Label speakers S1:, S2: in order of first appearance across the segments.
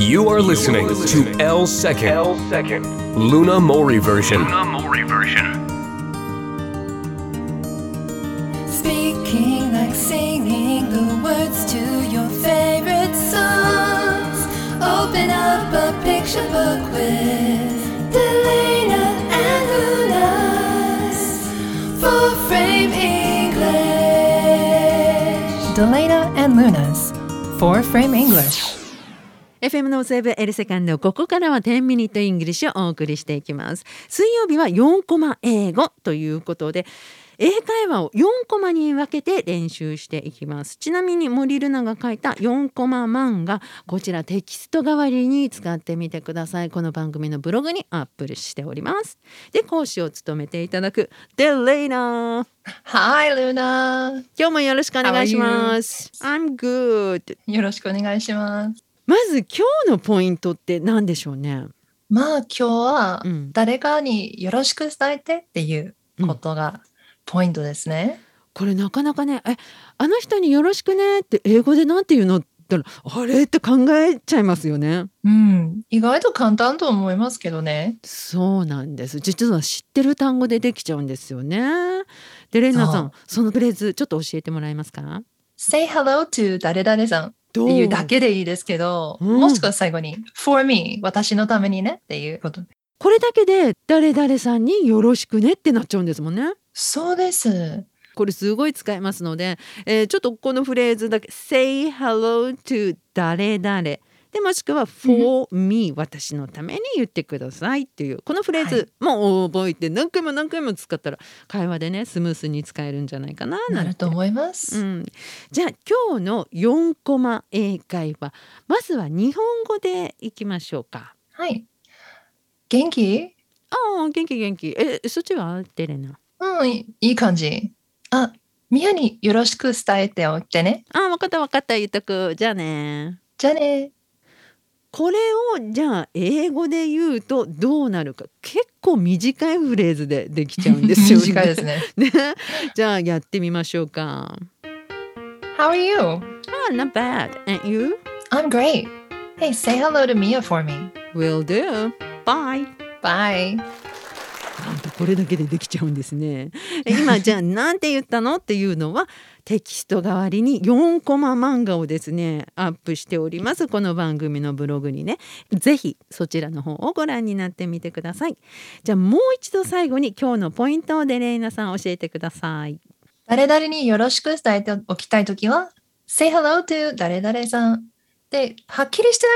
S1: You are listening to L Second,
S2: L second.
S1: Luna Mori version.
S2: Luna Mori version.
S3: Speaking like singing the words to your favorite songs. Open up a picture book with Delana and Lunas for frame English. Delana and Lunas for frame English.
S4: FM のセーブエルセカンドここからは10ミニットイングリッシュをお送りしていきます水曜日は4コマ英語ということで英会話を4コマに分けて練習していきますちなみに森ルナが書いた4コマ漫画こちらテキスト代わりに使ってみてくださいこの番組のブログにアップしておりますで講師を務めていただくデレイナー
S5: Hi, Luna.
S4: 今日もよろしくお願いします I'm good
S5: よろしくお願いします。
S4: まず今日のポイントって何でしょうね
S5: まあ今日は
S4: うん
S5: 誰かによろしく伝えてっていうことがポイントですね。
S4: これなかなかね「えあの人によろしくね」って英語でなんて言うのって言ったらあれって考えちゃいますよね。
S5: うん、意外と簡単と思いますけどね。
S4: そうなんです実は知ってる単語でできちゃうんですよね。でレンナさんそのフレーズちょっと教えてもらえますか
S5: Say hello to 誰々さんっ
S4: ど
S5: ていうだけでいいですけど、
S4: うん
S5: もしくは最後に For me 私のためにねっていうこと。
S4: これだけで「誰々さんによろしくね」ってなっちゃうんですもんね。
S5: そうです。
S4: これすごい使えますので、えーちょっとこのフレーズだけ「say hello to 誰々」でもしくは「for me 私のために言ってください」っていうこのフレー
S5: はい
S4: ズもう覚えて何回も何回も使ったら会話でねスムースに使えるんじゃないかなな
S5: なん
S4: て
S5: ると思いま
S4: う
S5: す。
S4: ん、じゃあ今日の4コマ英会話まずは日本語でいきましょうか。
S5: はい。元気？
S4: ああ元気元気えそっちはデレナ
S5: うん、いいい感じ。あ、ミヤによろしく伝えておいてね。
S4: ああ分かった分かった言っとくじゃあね
S5: じゃあね。
S4: これをじゃあ英語で言うとどうなるか結構短いフレーズでできちゃうんですよね。
S5: 短いですね。
S4: ね じゃあやってみましょうか。
S5: How are you?
S4: Ah, not bad. And you?
S5: I'm great. Hey, say hello to Mia for me.
S4: Will do. Bye.
S5: Bye.
S4: なんとこれだけでできちゃうんですね。え今 じゃあなんて言ったのっていうのはテキスト代わりに4コマ漫画をですねアップしておりますこの番組のブログにねぜひそちらの方をご覧になってみてください。じゃあもう一度最後に今日のポイントをデレイナさん教えてください。
S5: 誰々によろしく伝えておきたいときは、say hello to 誰々さん。で、はっきりして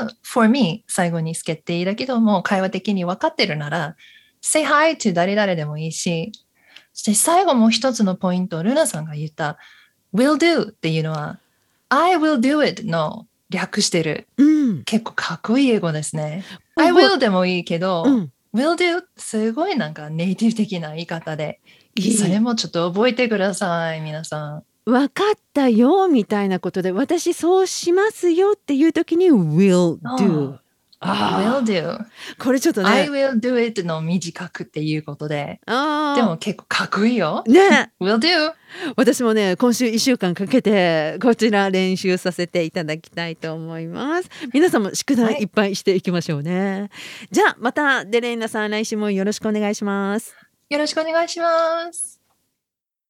S5: ない場合は、for me 最後につけていいだけども、会話的に分かってるなら、say hi to 誰々でもいいし、そして最後もう一つのポイント、ルナさんが言った、will do っていうのは、I will do it の略してる。
S4: うん。
S5: 結構かっこいい英語ですね。
S4: うん
S5: I will でもいいけど、
S4: うん。
S5: Will do すごいなんかネイティブ的な言い方で
S4: いい
S5: それもちょっと覚えてください皆さん
S4: 分かったよみたいなことで私そうしますよっていう時に will do。
S5: Will do
S4: これちょっとね。
S5: I will do it の短くっていうことで
S4: あー
S5: でも結構かっこいいよ
S4: ね。
S5: Will do
S4: 私もね今週1週間かけてこちら練習させていただきたいと思います皆さんも宿
S5: は
S4: 題
S5: い
S4: いっぱいしていきましょうね、じゃあまたデレイナさん来週もよろしくお願いします
S5: よろしくお願いします